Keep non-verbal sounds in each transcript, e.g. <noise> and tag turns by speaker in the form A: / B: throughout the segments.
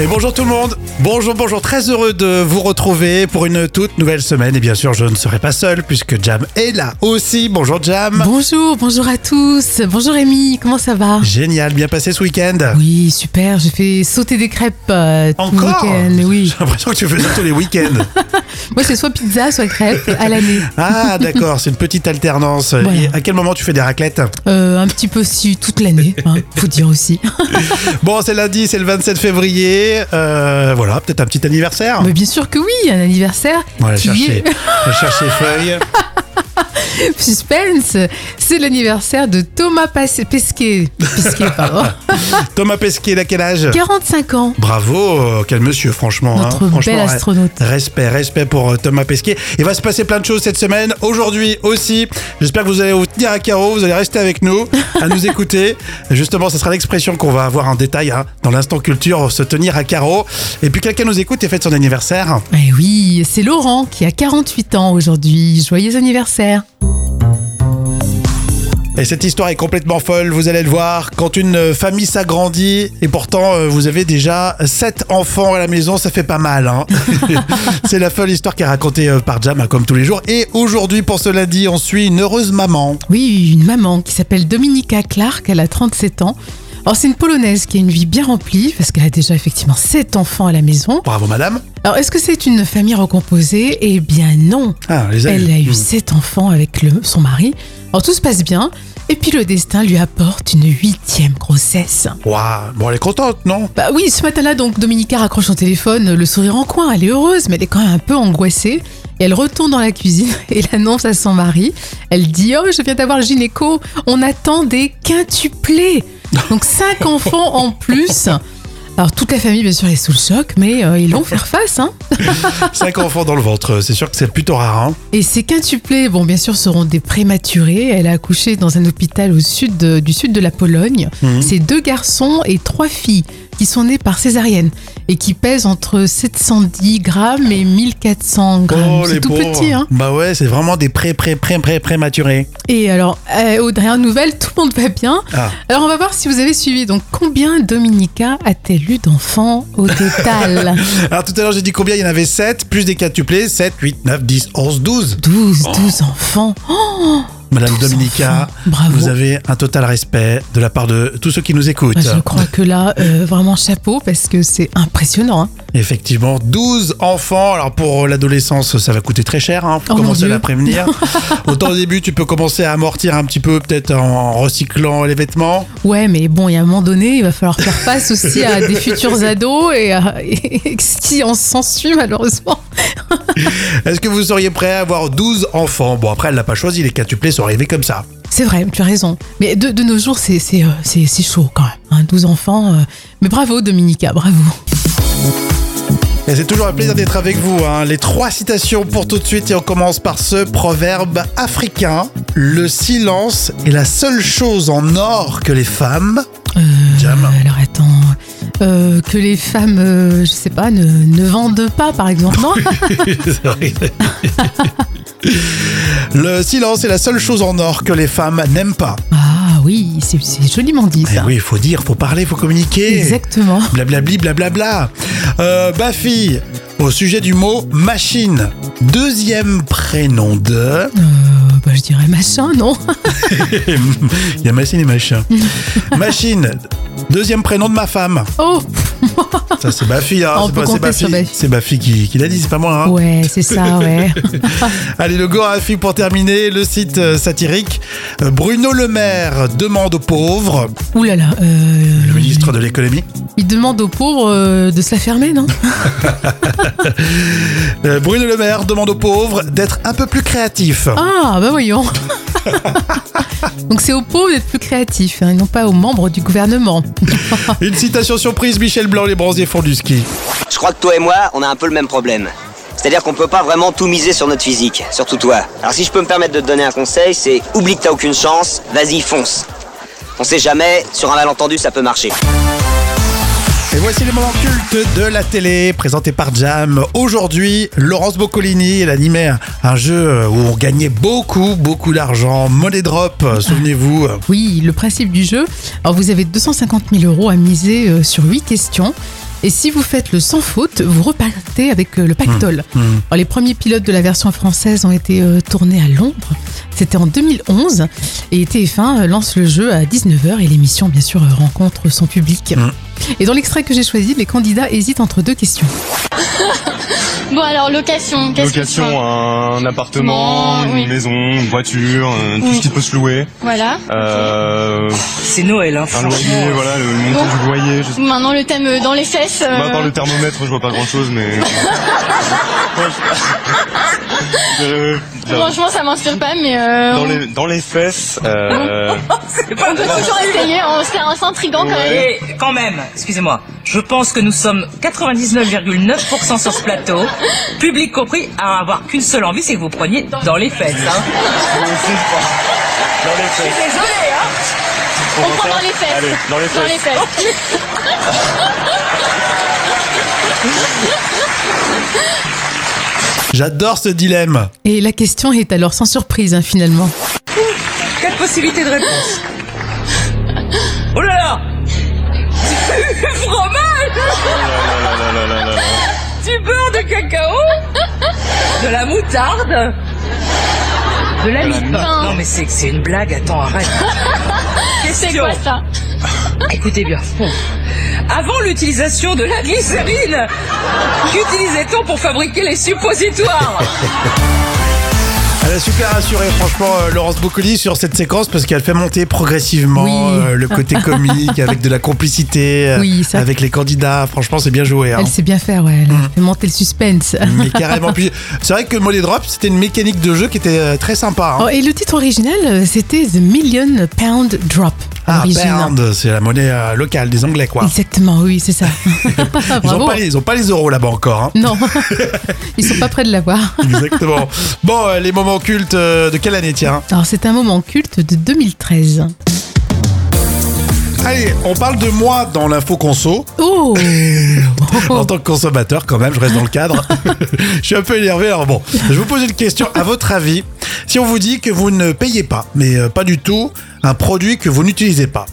A: Et bonjour tout le monde. Bonjour, bonjour. Très heureux de vous retrouver pour une toute nouvelle semaine. Et bien sûr, je ne serai pas seul puisque Jam est là aussi. Bonjour Jam.
B: Bonjour, bonjour à tous. Bonjour Rémi, comment ça va
A: Génial, bien passé ce week-end.
B: Oui, super, j'ai fait sauter des crêpes euh, tout le
A: Encore
B: week-end. Oui.
A: J'ai l'impression que tu fais ça tous les week-ends.
B: Moi, c'est soit pizza, soit crêpes
A: <laughs>
B: à l'année.
A: Ah, d'accord, c'est une petite alternance.
B: Voilà.
A: Et à quel moment tu fais des raclettes
B: Euh, un petit peu si toute l'année, hein, faut dire aussi.
A: Bon, c'est lundi, c'est le 27 février. Euh, voilà, peut-être un petit anniversaire.
B: Mais bien sûr que oui, un anniversaire.
A: Voilà,
B: qui
A: chercher,
B: est-
A: chercher feuilles.
B: <laughs> Suspense, c'est l'anniversaire de Thomas Pas- Pesquet.
A: <laughs>
B: Pesquet, pardon.
A: Thomas Pesquet, il a quel âge
B: 45 ans.
A: Bravo, euh, quel monsieur, franchement. hein.
B: Notre
A: Franchement,
B: bel
A: ouais.
B: astronaute.
A: Respect, respect pour euh, Thomas Pesquet. Il va se passer plein de choses cette semaine, aujourd'hui aussi. J'espère que vous allez vous tenir à carreau, vous allez rester avec nous, à
B: <laughs>
A: nous écouter. Justement, ce sera l'expression qu'on va avoir en détail hein, dans l'instant culture, se tenir à carreau. Et puis quelqu'un nous écoute et fête son anniversaire.
B: Eh oui, c'est Laurent qui a 48 ans aujourd'hui. Joyeux anniversaire.
A: Et cette histoire est complètement folle, vous allez le voir. Quand une euh, famille s'agrandit et pourtant euh, vous avez déjà sept enfants à la maison, ça fait pas mal. hein. <laughs> C'est la folle histoire qui est racontée euh, par Jam hein, comme tous les jours. Et aujourd'hui, pour ce lundi, on suit une heureuse maman.
B: Oui, une maman qui s'appelle Dominika Clark, elle a 37 ans. Alors c'est une Polonaise qui a une vie bien remplie parce qu'elle a déjà effectivement 7 enfants à la maison.
A: Bravo madame.
B: Alors est-ce que c'est une famille recomposée Eh bien non,
A: Ah, on les a
B: elle
A: eus.
B: a eu
A: Mmh.
B: 7 enfants avec le- son mari. Alors tout se passe bien et puis le destin lui apporte une huitième grossesse.
A: Waouh, bon elle est contente, non
B: Bah oui, ce matin-là, donc Dominica raccroche son téléphone, le sourire en coin, elle est heureuse, mais elle est quand même un peu angoissée. Et elle retourne dans la cuisine <laughs> et l'annonce à son mari. Elle dit Oh, je viens d'avoir le gynéco, on attend des quintuplés. Donc cinq enfants en plus. Alors toute la famille, bien sûr, est sous le choc, mais euh, ils vont faire face. Hein.
A: Cinq <laughs> enfants dans le ventre, c'est sûr que c'est plutôt rare. hein.
B: Et ces quintuplés, bon, bien sûr, seront des prématurés. Elle a accouché dans un hôpital au sud de- du sud de la Pologne.
A: Mhm.
B: C'est deux garçons et trois filles qui sont nés par césarienne et qui pèsent entre 710 grammes et 1400 grammes.
A: Oh les
B: Ah, c'est tout
A: pauvres.
B: petit, hein.
A: Bah ouais, c'est vraiment des pré pré pré pré prématurés.
B: Et alors, euh, aux dernières nouvelles, tout le monde va bien.
A: Ah.
B: Alors, on va voir si vous avez suivi. Donc, combien Dominica a-t-elle eu d'enfants au total
A: <laughs> Alors tout à l'heure j'ai dit combien il y en avait 7 plus des quintuplés 7 8 9 10 11 12.
B: 12, 12 enfants. Oh,
A: Madame
B: 12
A: Dominica,
B: enfants. Bravo.
A: vous avez un total respect de la part de tous ceux qui nous écoutent.
B: Bah, je crois que là, euh, vraiment chapeau, parce que c'est impressionnant. hein.
A: Effectivement, 12 enfants. Alors pour l'adolescence, ça va coûter très cher. Hein, faut
B: Oh mon
A: commencer à
B: Dieu.
A: la
B: <laughs>
A: prévenir. Autant au début, tu peux commencer à amortir un petit peu, peut-être en recyclant les vêtements.
B: Ouais, mais bon, il y a un moment donné, il va falloir faire face aussi à des futurs ados et, à- et <laughs> ce qui en s'ensuit, malheureusement.
A: Est-ce que vous seriez prêt à avoir 12 enfants Bon, après, elle l'a pas choisi. Les quintuplés sont arrivés comme ça.
B: C'est vrai, tu as raison. Mais de, de nos jours, c'est c'est, euh, c'est- c'est chaud quand même. hein, 12 enfants. euh. Mais bravo, Dominica, bravo.
A: Et c'est toujours un plaisir d'être avec vous. hein. Les trois citations pour tout de suite et on commence par ce proverbe africain. Le silence est la seule chose en or que les femmes...
B: Euh,
A: Jam.
B: alors attends, euh, que les femmes, euh, je sais pas, ne, ne vendent pas, par exemple.
A: <laughs>
B: Non
A: C'est vrai. <laughs> Le silence est la seule chose en or que les femmes n'aiment pas.
B: Ah oui, c'est c'est joliment dit
A: Eh
B: ça.
A: oui, il faut dire, faut parler, faut communiquer.
B: Exactement.
A: Blablabli, blablabla. Euh, Bafi, au sujet du mot machine, deuxième prénom de. <laughs>
B: Euh, bah, je dirais machin, non <laughs>
A: Il y a machine et machin. Machine, deuxième prénom de ma femme.
B: Oh,
A: Ça, c'est Bafi, hein.
B: On
A: c'est
B: peut
A: pas-
B: compter
A: c'est
B: sur
A: Bafi.
B: Bafi.
A: C'est Bafi qui, qui l'a dit, c'est pas moi. hein.
B: ouais, c'est ça, ouais.
A: Allez, le Gorafi pour terminer, le site euh, satirique. Euh, Bruno Le Maire demande aux pauvres,
B: Ouh là là. euh,
A: le ministre de l'économie.
B: Il demande aux pauvres euh, de se la fermer, non
A: Euh, Bruno Le Maire demande aux pauvres d'être un peu plus créatifs.
B: Ah, bah voyons <laughs> Donc c'est aux pauvres d'être plus créatifs, hein, et non pas aux membres du gouvernement.
A: Une citation surprise, Michel Blanc, les bronzés font du ski.
C: Je crois que toi et moi, on a un peu le même problème. C'est-à-dire qu'on peut pas vraiment tout miser sur notre physique, surtout toi. Alors si je peux me permettre de te donner un conseil, c'est oublie que t'as aucune chance, vas-y fonce. On sait jamais, sur un malentendu ça peut marcher.
A: Et voici les moments cultes de la télé, présentés par Jam. Aujourd'hui, Laurence Boccolini, elle animait un- un jeu où on gagnait beaucoup, beaucoup d'argent. Money Drop, euh, souvenez-vous. euh,
B: Oui, le principe du jeu, alors vous avez 250 000 euros à miser euh, sur 8 questions. Et si vous faites le sans faute, vous repartez avec euh, le pactole. Alors, les premiers pilotes de la version française ont été euh, tournés à Londres. C'était en 2011. Et TF1 euh, lance le jeu à 19h et l'émission, bien sûr, euh, rencontre son public. Et dans l'extrait que j'ai choisi, les candidats hésitent entre deux questions.
D: Bon alors location, qu'est-ce que tu
E: Location,
D: prends
E: un appartement,
D: Non,
E: une
D: oui.
E: maison, une voiture, euh, tout
D: Oui.
E: ce qui peut se louer.
D: Voilà.
E: Euh,
F: C'est Noël, hein,
E: un
F: franchement.
E: loyer, voilà, le le montant
D: Bon.
E: du loyer.
D: <laughs>
E: Je sais
D: Maintenant le thème euh, dans les fesses. euh,
E: pas, Bah, à part le thermomètre, je vois pas grand chose,
D: <laughs>
E: mais. Euh,
D: Franchement ça m'inspire pas mais euh,
E: dans, les, dans les fesses, <laughs> euh,
D: <laughs> on peut toujours essayer, on- c'est un- c'est intriguant quand même.
F: Et quand même, excusez-moi, je pense que nous sommes 99,9% sur ce plateau, public compris, à avoir qu'une seule envie, c'est que vous preniez dans les fesses. Hein.
E: dans les fesses.
F: Désolé, hein
D: On prend dans les fesses.
E: Allez, dans les
D: Dans
E: fesses.
D: les fesses.
A: J'adore ce dilemme.
B: Et la question est alors sans surprise, hein, finalement.
F: Quatre possibilités de réponse. Oh là là <laughs> Du fromage
E: Ah là là là là là là.
F: Du beurre de cacao De la moutarde De la
E: la
F: lippe
D: moutarde.
F: Non mais c'est c'est une blague, attends,
D: <laughs>
F: arrête.
D: C'est
F: Question.
D: quoi ça
F: Écoutez bien. Avant l'utilisation de la glycérine, qu'utilisait-on pour fabriquer les suppositoires
A: Elle est super assurée, franchement, euh, Laurence Boccoli sur cette séquence parce qu'elle fait monter progressivement
B: Oui.
A: euh, le côté comique avec de la complicité, euh,
B: Oui, ça-
A: avec les candidats. Franchement, c'est bien joué. hein.
B: Elle sait bien faire, ouais. Elle a fait monter le suspense.
A: Mais carrément plus. C'est vrai que Molly Drop, c'était une mécanique de jeu qui était euh, très sympa. hein.
B: Oh, et le titre original, euh, c'était The Million Pound Drop.
A: Ah,
B: L'origine.
A: pound, c'est la monnaie euh, locale des Anglais, quoi.
B: Exactement, oui, c'est ça.
A: <laughs> Ils ont
B: <laughs> Bravo.
A: pas, les- ils ont pas les euros là-bas encore.
B: <laughs>
A: hein. <laughs>
B: Non, ils sont pas près de l'avoir.
A: Exactement. Bon, euh, les moments cultes euh, de quelle année, tiens
B: Alors, c'est un moment culte de 2013.
A: Allez, on parle de moi dans l'info conso.
B: Oh
A: En tant que consommateur, quand même, je reste dans le cadre. <laughs> je suis un peu énervé. Alors bon, je vous pose une question. À votre avis, si on vous dit que vous ne payez pas, mais euh, pas du tout, un produit que vous n'utilisez pas,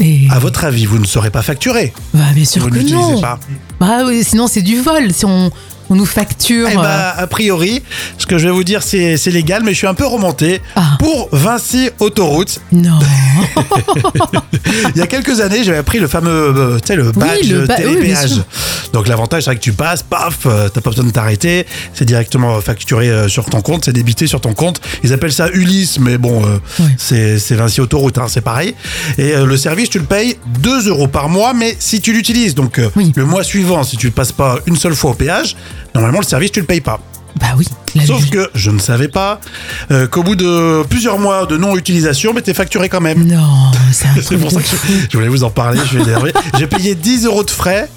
B: Et-
A: à votre avis, vous ne serez pas facturé
B: Bah, bien sûr
A: Ah, Vous ne
B: que
A: l'utilisez
B: non.
A: pas.
B: Bah, oui, sinon, c'est du vol. Si on, on nous facture.
A: Eh
B: euh,
A: bah, a priori, ce que je vais vous dire, c'est c'est légal, mais je suis un peu remonté.
B: Ah.
A: Pour Vinci Autoroute,
B: Non.
A: il y a quelques années, j'avais appris le fameux euh, tu sais, le badge
B: le ba- oui, bien
A: télépéage.
B: sûr.
A: Donc l'avantage, c'est vrai que tu passes, paf, euh, t'as pas besoin de t'arrêter. C'est directement facturé euh, sur ton compte, c'est débité sur ton compte. Ils appellent ça Ulysse, mais bon, euh,
B: Ouais.
A: c'est c'est Vinci Autoroute, hein, c'est pareil. Et euh, le service, tu le payes 2 euros par mois, mais si tu l'utilises, donc euh,
B: Oui.
A: le mois suivant, si tu le passes pas une seule fois au péage, normalement le service, tu le payes pas.
B: Bah oui. la
A: Sauf
B: logique.
A: que je ne savais pas euh, qu'au bout de plusieurs mois de non-utilisation, mais t'es facturé quand même.
B: Non, c'est un
A: <laughs> C'est
B: truc
A: pour
B: de <laughs>
A: ça que je,
B: fou.
A: je voulais vous en parler, je suis énervé. J'ai payé 10 euros de frais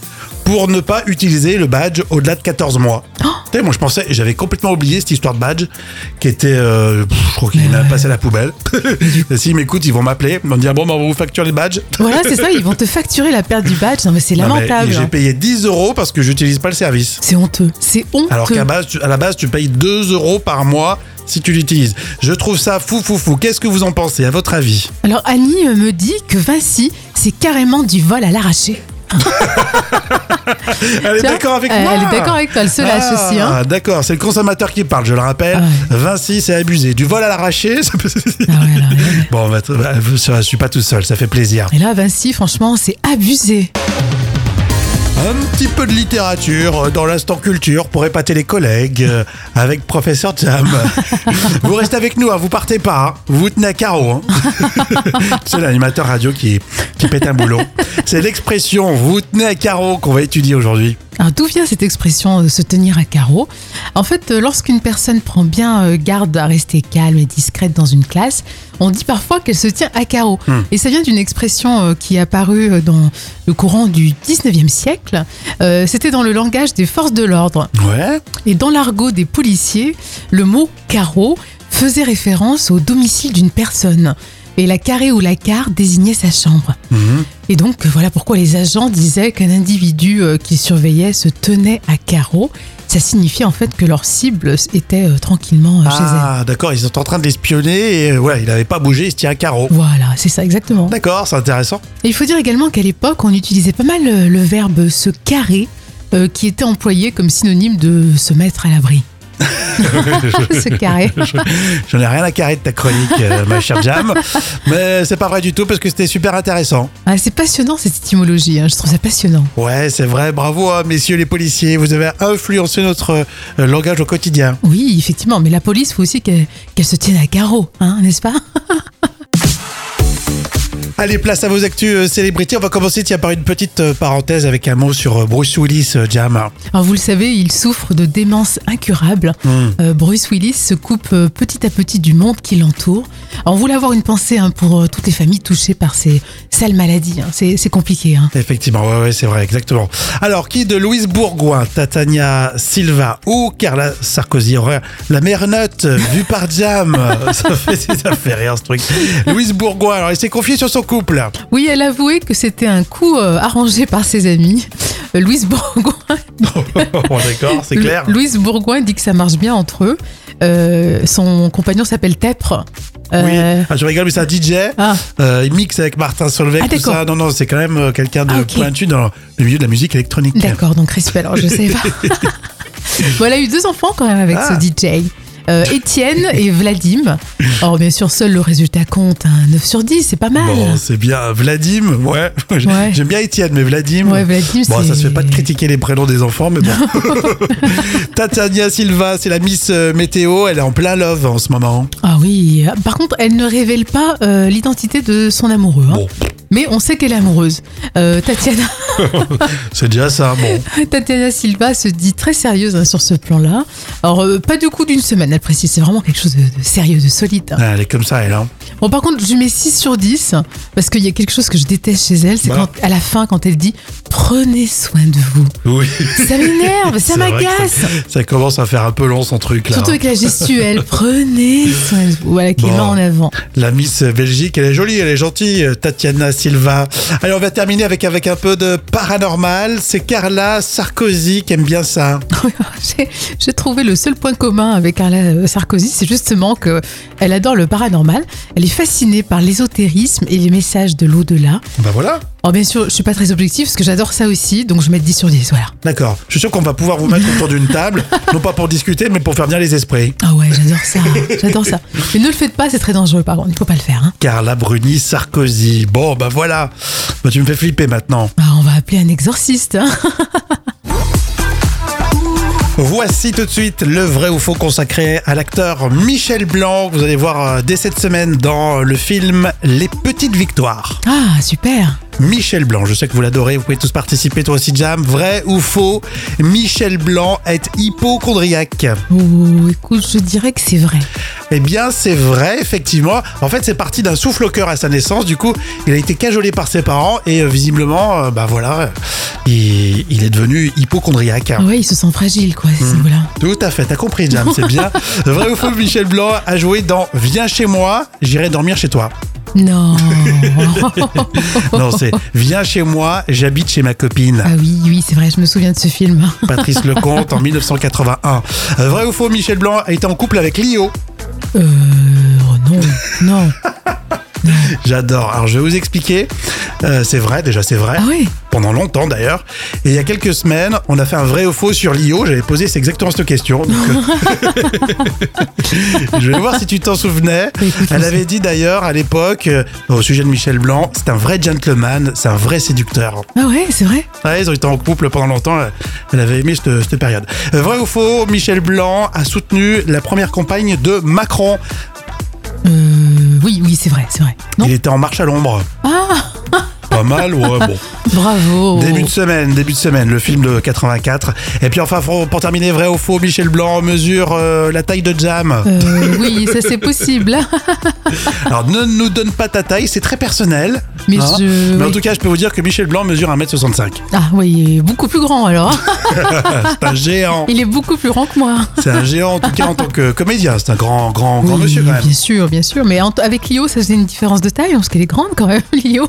A: pour ne pas utiliser le badge au-delà de 14 mois.
B: Oh
A: Tu sais, moi je pensais, j'avais complètement oublié cette histoire de badge qui était, euh, pff, je crois qu'il a passé à la
B: <laughs>
A: poubelle. Et S'ils m'écoutent, ils vont m'appeler, ils vont me dire bon, ben, on va vous facturer les badges.
B: Voilà, c'est ça, ils vont te facturer la perte du badge. Non, mais c'est
A: Non, mais
B: lamentable.
A: J'ai
B: hein.
A: payé 10 euros parce que j'utilise pas le service.
B: C'est honteux. C'est honteux.
A: Alors qu'à base, tu- à la base, tu payes 2 euros par mois si tu l'utilises. Je trouve ça fou, fou, fou. Qu'est-ce que vous en pensez, à votre avis
B: Alors Annie euh, me dit que Vinci, c'est carrément du vol à l'arraché.
A: Elle est
B: Tiens,
A: d'accord avec
B: euh,
A: moi
B: Elle est d'accord avec toi, elle se lâche
A: Ah,
B: aussi. Hein.
A: D'accord, c'est le consommateur qui parle, je le rappelle.
B: Ah
A: Vinci, c'est abusé. Du vol à l'arraché, <laughs> ça peut...
B: Ah ouais, alors, ouais.
A: Bon, bah, t- bah, je suis pas tout seul, ça fait plaisir.
B: Et là, Vinci, franchement, c'est abusé.
A: Un petit peu de littérature euh, dans l'instant culture pour épater les collègues euh, avec professeur
B: <laughs>
A: Jam. vous restez avec nous, hein, vous partez pas, hein. vous vous tenez à carreau.
B: <laughs>
A: hein. c'est l'animateur radio qui, qui pète un boulot. C'est l'expression vous vous tenez à carreau qu'on va étudier aujourd'hui.
B: Alors d'où vient cette expression euh, se tenir à carreau En fait, euh, lorsqu'une personne prend bien euh, garde à rester calme et discrète dans une classe, on dit parfois qu'elle se tient à carreau.
A: Hmm.
B: Et ça vient d'une expression euh, qui est apparue euh, dans le courant du 19e siècle. Euh, C'était dans le langage des forces de l'ordre.
A: Ouais.
B: Et dans l'argot des policiers, le mot carreau faisait référence au domicile d'une personne. Et la carré ou la carte désignait sa chambre. Et donc, voilà pourquoi les agents disaient qu'un individu euh, qu'ils surveillaient se tenait à carreau. Ça signifiait en fait que leur cible était euh, tranquillement euh, chez elle.
A: Ah, d'accord, ils sont en train de l'espionner et euh, voilà, il n'avait pas bougé, il se tient à carreau.
B: Voilà, c'est ça exactement.
A: D'accord, c'est intéressant.
B: Et il faut dire également qu'à l'époque, on utilisait pas mal euh, le verbe se carrer, euh, qui était employé comme synonyme de se mettre à l'abri. <laughs> se carrer.
A: J'en ai rien à carrer de ta chronique, euh, ma chère Jam. Mais c'est pas vrai du tout parce que c'était super intéressant.
B: Ah, c'est passionnant cette étymologie, hein, je trouve ça passionnant.
A: Ouais, c'est vrai, bravo, hein, messieurs les policiers. Vous avez influencé notre euh, langage au quotidien.
B: Oui, effectivement, mais la police, faut aussi qu'elle qu'elle se tienne à carreau, hein, n'est-ce pas <laughs>
A: Allez, place à vos actus euh, célébrités. On va commencer tiens, par une petite euh, parenthèse avec un mot sur euh, Bruce Willis, euh, Jam.
B: Alors vous le savez, il souffre de démence incurable.
A: Hmm.
B: Euh, Bruce Willis se coupe euh, petit à petit du monde qui l'entoure. Alors, On voulait avoir une pensée hein, pour euh, toutes les familles touchées par ces sales maladies. hein. C'est c'est compliqué. Hein.
A: Effectivement, ouais, ouais, c'est vrai, exactement. Alors, qui de Louise Bourgoin, Tatania Silva ou Carla Sarkozy aurait la meilleure note euh, vue par <laughs> Jam ça, fait, ça fait rire ce truc. Louise Bourgoin, alors, elle s'est confiée sur son couple.
B: Oui, elle avouait que c'était un coup euh, arrangé par ses amis. Euh, Louise Bourgoin,
A: <laughs> Bon, D'accord, c'est clair.
B: Lou- Louise Bourgoin dit que ça marche bien entre eux. Euh, son compagnon s'appelle Tepre.
A: Oui,
B: Euh,
A: Ah, je rigole, mais c'est un DJ.
B: Ah.
A: Euh, il mixe avec Martin Solveig,
B: Ah,
A: tout
B: d'accord.
A: ça. Non, non, c'est quand même euh, quelqu'un de
B: Ah, ok.
A: pointu dans le milieu de la musique électronique.
B: D'accord, donc respect, alors
A: <laughs>
B: je sais pas. bon, elle a eu deux enfants quand même avec
A: Ah.
B: ce DJ. Euh, Étienne et Vladim. Or, bien sûr, seul le résultat compte, hein, 9 sur 10, c'est pas mal.
A: Bon, c'est bien. Vladim, ouais. <laughs>
B: Ouais.
A: J'aime bien Étienne, mais Vladim.
B: Ouais, Vladim,
A: Bon, ça
B: c'est-
A: se fait pas de critiquer les prénoms des enfants, <laughs> mais bon. Tatania Silva, c'est la Miss euh, Météo. Elle est en plein love en ce moment.
B: Ah oui, par contre, elle ne révèle pas euh, l'identité de son amoureux. hein.
A: Bon.
B: Mais on sait qu'elle est amoureuse. Euh, Tatiana, <laughs>
A: C'est déjà ça, <laughs> bon.
B: Tatiana Silva se dit très sérieuse hein, sur ce plan-là. Alors, euh, pas du coup d'une semaine, elle précise, c'est vraiment quelque chose de, de sérieux, de solide. hein.
A: Ah, Elle est comme ça, elle, hein.
B: Bon, par contre, je lui mets 6 sur 10 parce qu'il y a quelque chose que je déteste chez elle, c'est
A: Voilà.
B: quand à la fin, quand elle dit prenez soin de vous.
A: Oui.
B: Ça m'énerve,
A: <laughs>
B: ça
A: C'est vrai que hein.
B: m'agace.
A: Ça commence à faire un peu long, son truc, là.
B: Surtout avec la gestuelle, prenez soin de vous. Voilà, qui
A: Bon.
B: est là en avant. <laughs>
A: La Miss Belgique, elle est jolie, elle est gentille, euh, Tatiana Silva. Allez, on va terminer avec, avec un peu de paranormal. C'est Carla Sarkozy qui aime bien ça.
B: J'ai- J'ai trouvé le seul point commun avec Carla euh, Sarkozy, c'est justement que elle adore le paranormal. Elle est fascinée par l'ésotérisme et les messages de l'au-delà.
A: Bah voilà.
B: Alors, bien sûr, je suis pas très objective parce que j'adore ça aussi, donc je mets 10 sur 10. Voilà.
A: D'accord. Je suis sûr qu'on va pouvoir vous mettre autour d'une table, <laughs> non pas pour discuter, mais pour faire bien les esprits.
B: Ah ouais, j'adore ça. <laughs> J'adore ça. Mais ne le faites pas, c'est très dangereux, par contre. Il faut pas le faire. hein.
A: Carla Bruni Sarkozy. Bon, bah voilà. Bah, tu me fais flipper maintenant.
B: Ah, on va appeler un exorciste. hein.
A: Voici tout de suite le vrai ou faux consacré à l'acteur Michel Blanc. que Vous allez voir euh, dès cette semaine dans le film Les Petites Victoires.
B: <laughs> Ah, super.
A: Michel Blanc. Je sais que vous l'adorez, vous pouvez tous participer, toi aussi Jam. Vrai ou faux, Michel Blanc est hypochondriaque
B: Oh, écoute, je dirais que c'est vrai.
A: Eh bien, c'est vrai, effectivement. En fait, c'est parti d'un souffle au cœur à sa naissance. Du coup, il a été cajolé par ses parents et euh, visiblement, euh, bah voilà, euh, il, il est devenu hypochondriaque.
B: Ouais, il se sent fragile, quoi, à ce
A: Hmm.
B: niveau-là.
A: Tout à fait, t'as compris Jam, c'est bien. Vrai ou faux, Michel Blanc a joué dans Viens chez moi, j'irai dormir chez toi. <laughs>
B: Non.
A: Non, c'est Viens chez moi, j'habite chez ma copine.
B: ah oui, oui, c'est vrai, je me souviens de ce film.
A: Patrice Lecomte en 1981. Euh, Vrai ou faux, Michel Blanc a été en couple avec Lio.
B: Euh, oh non, non.
A: J'adore. Alors je vais vous expliquer. Euh, c'est vrai, déjà c'est vrai.
B: Ah oui
A: Pendant longtemps d'ailleurs. Et il y a quelques semaines, on a fait un vrai ou faux sur Lio. J'avais posé c'est exactement cette question. Donc, euh, <laughs> je vais voir si tu t'en souvenais.
B: Oui, écoute,
A: Elle
B: je
A: avait dit d'ailleurs à l'époque, euh, au sujet de Michel Blanc, c'est un vrai gentleman, c'est un vrai séducteur.
B: Ah ouais, c'est vrai
A: Ouais, ils ont été en couple pendant longtemps. euh, Elle avait aimé cette, cette période. Euh, Vrai ou faux, Michel Blanc a soutenu la première campagne de Macron.
B: Euh, oui, oui, c'est vrai, c'est vrai. Non
A: Il était en marche à l'ombre.
B: Ah
A: Pas mal, ouais, bon.
B: Bravo
A: Début de semaine, début de semaine, le film de 84. Et puis enfin, pour pour terminer, vrai ou faux, Michel Blanc mesure euh, la taille de
B: <laughs>
A: Jam.
B: Euh, oui, ça
A: <laughs>
B: c'est possible.
A: Alors ne nous donne pas ta taille, c'est très personnel. hein.
B: Mais je-
A: Mais en
B: oui.
A: tout cas, je peux vous dire que Michel Blanc mesure 1m65.
B: Ah oui, beaucoup plus grand alors. hein.
A: C'est
B: <laughs>
A: un géant.
B: Il est beaucoup plus grand que moi.
A: C'est un géant, en tout cas, en tant que comédien. C'est un grand, grand, grand
B: Oui,
A: monsieur quand même.
B: Bien sûr, bien sûr. Mais en- avec <laughs> Lio, ça faisait une différence de taille parce qu'elle est grande quand même, Lio.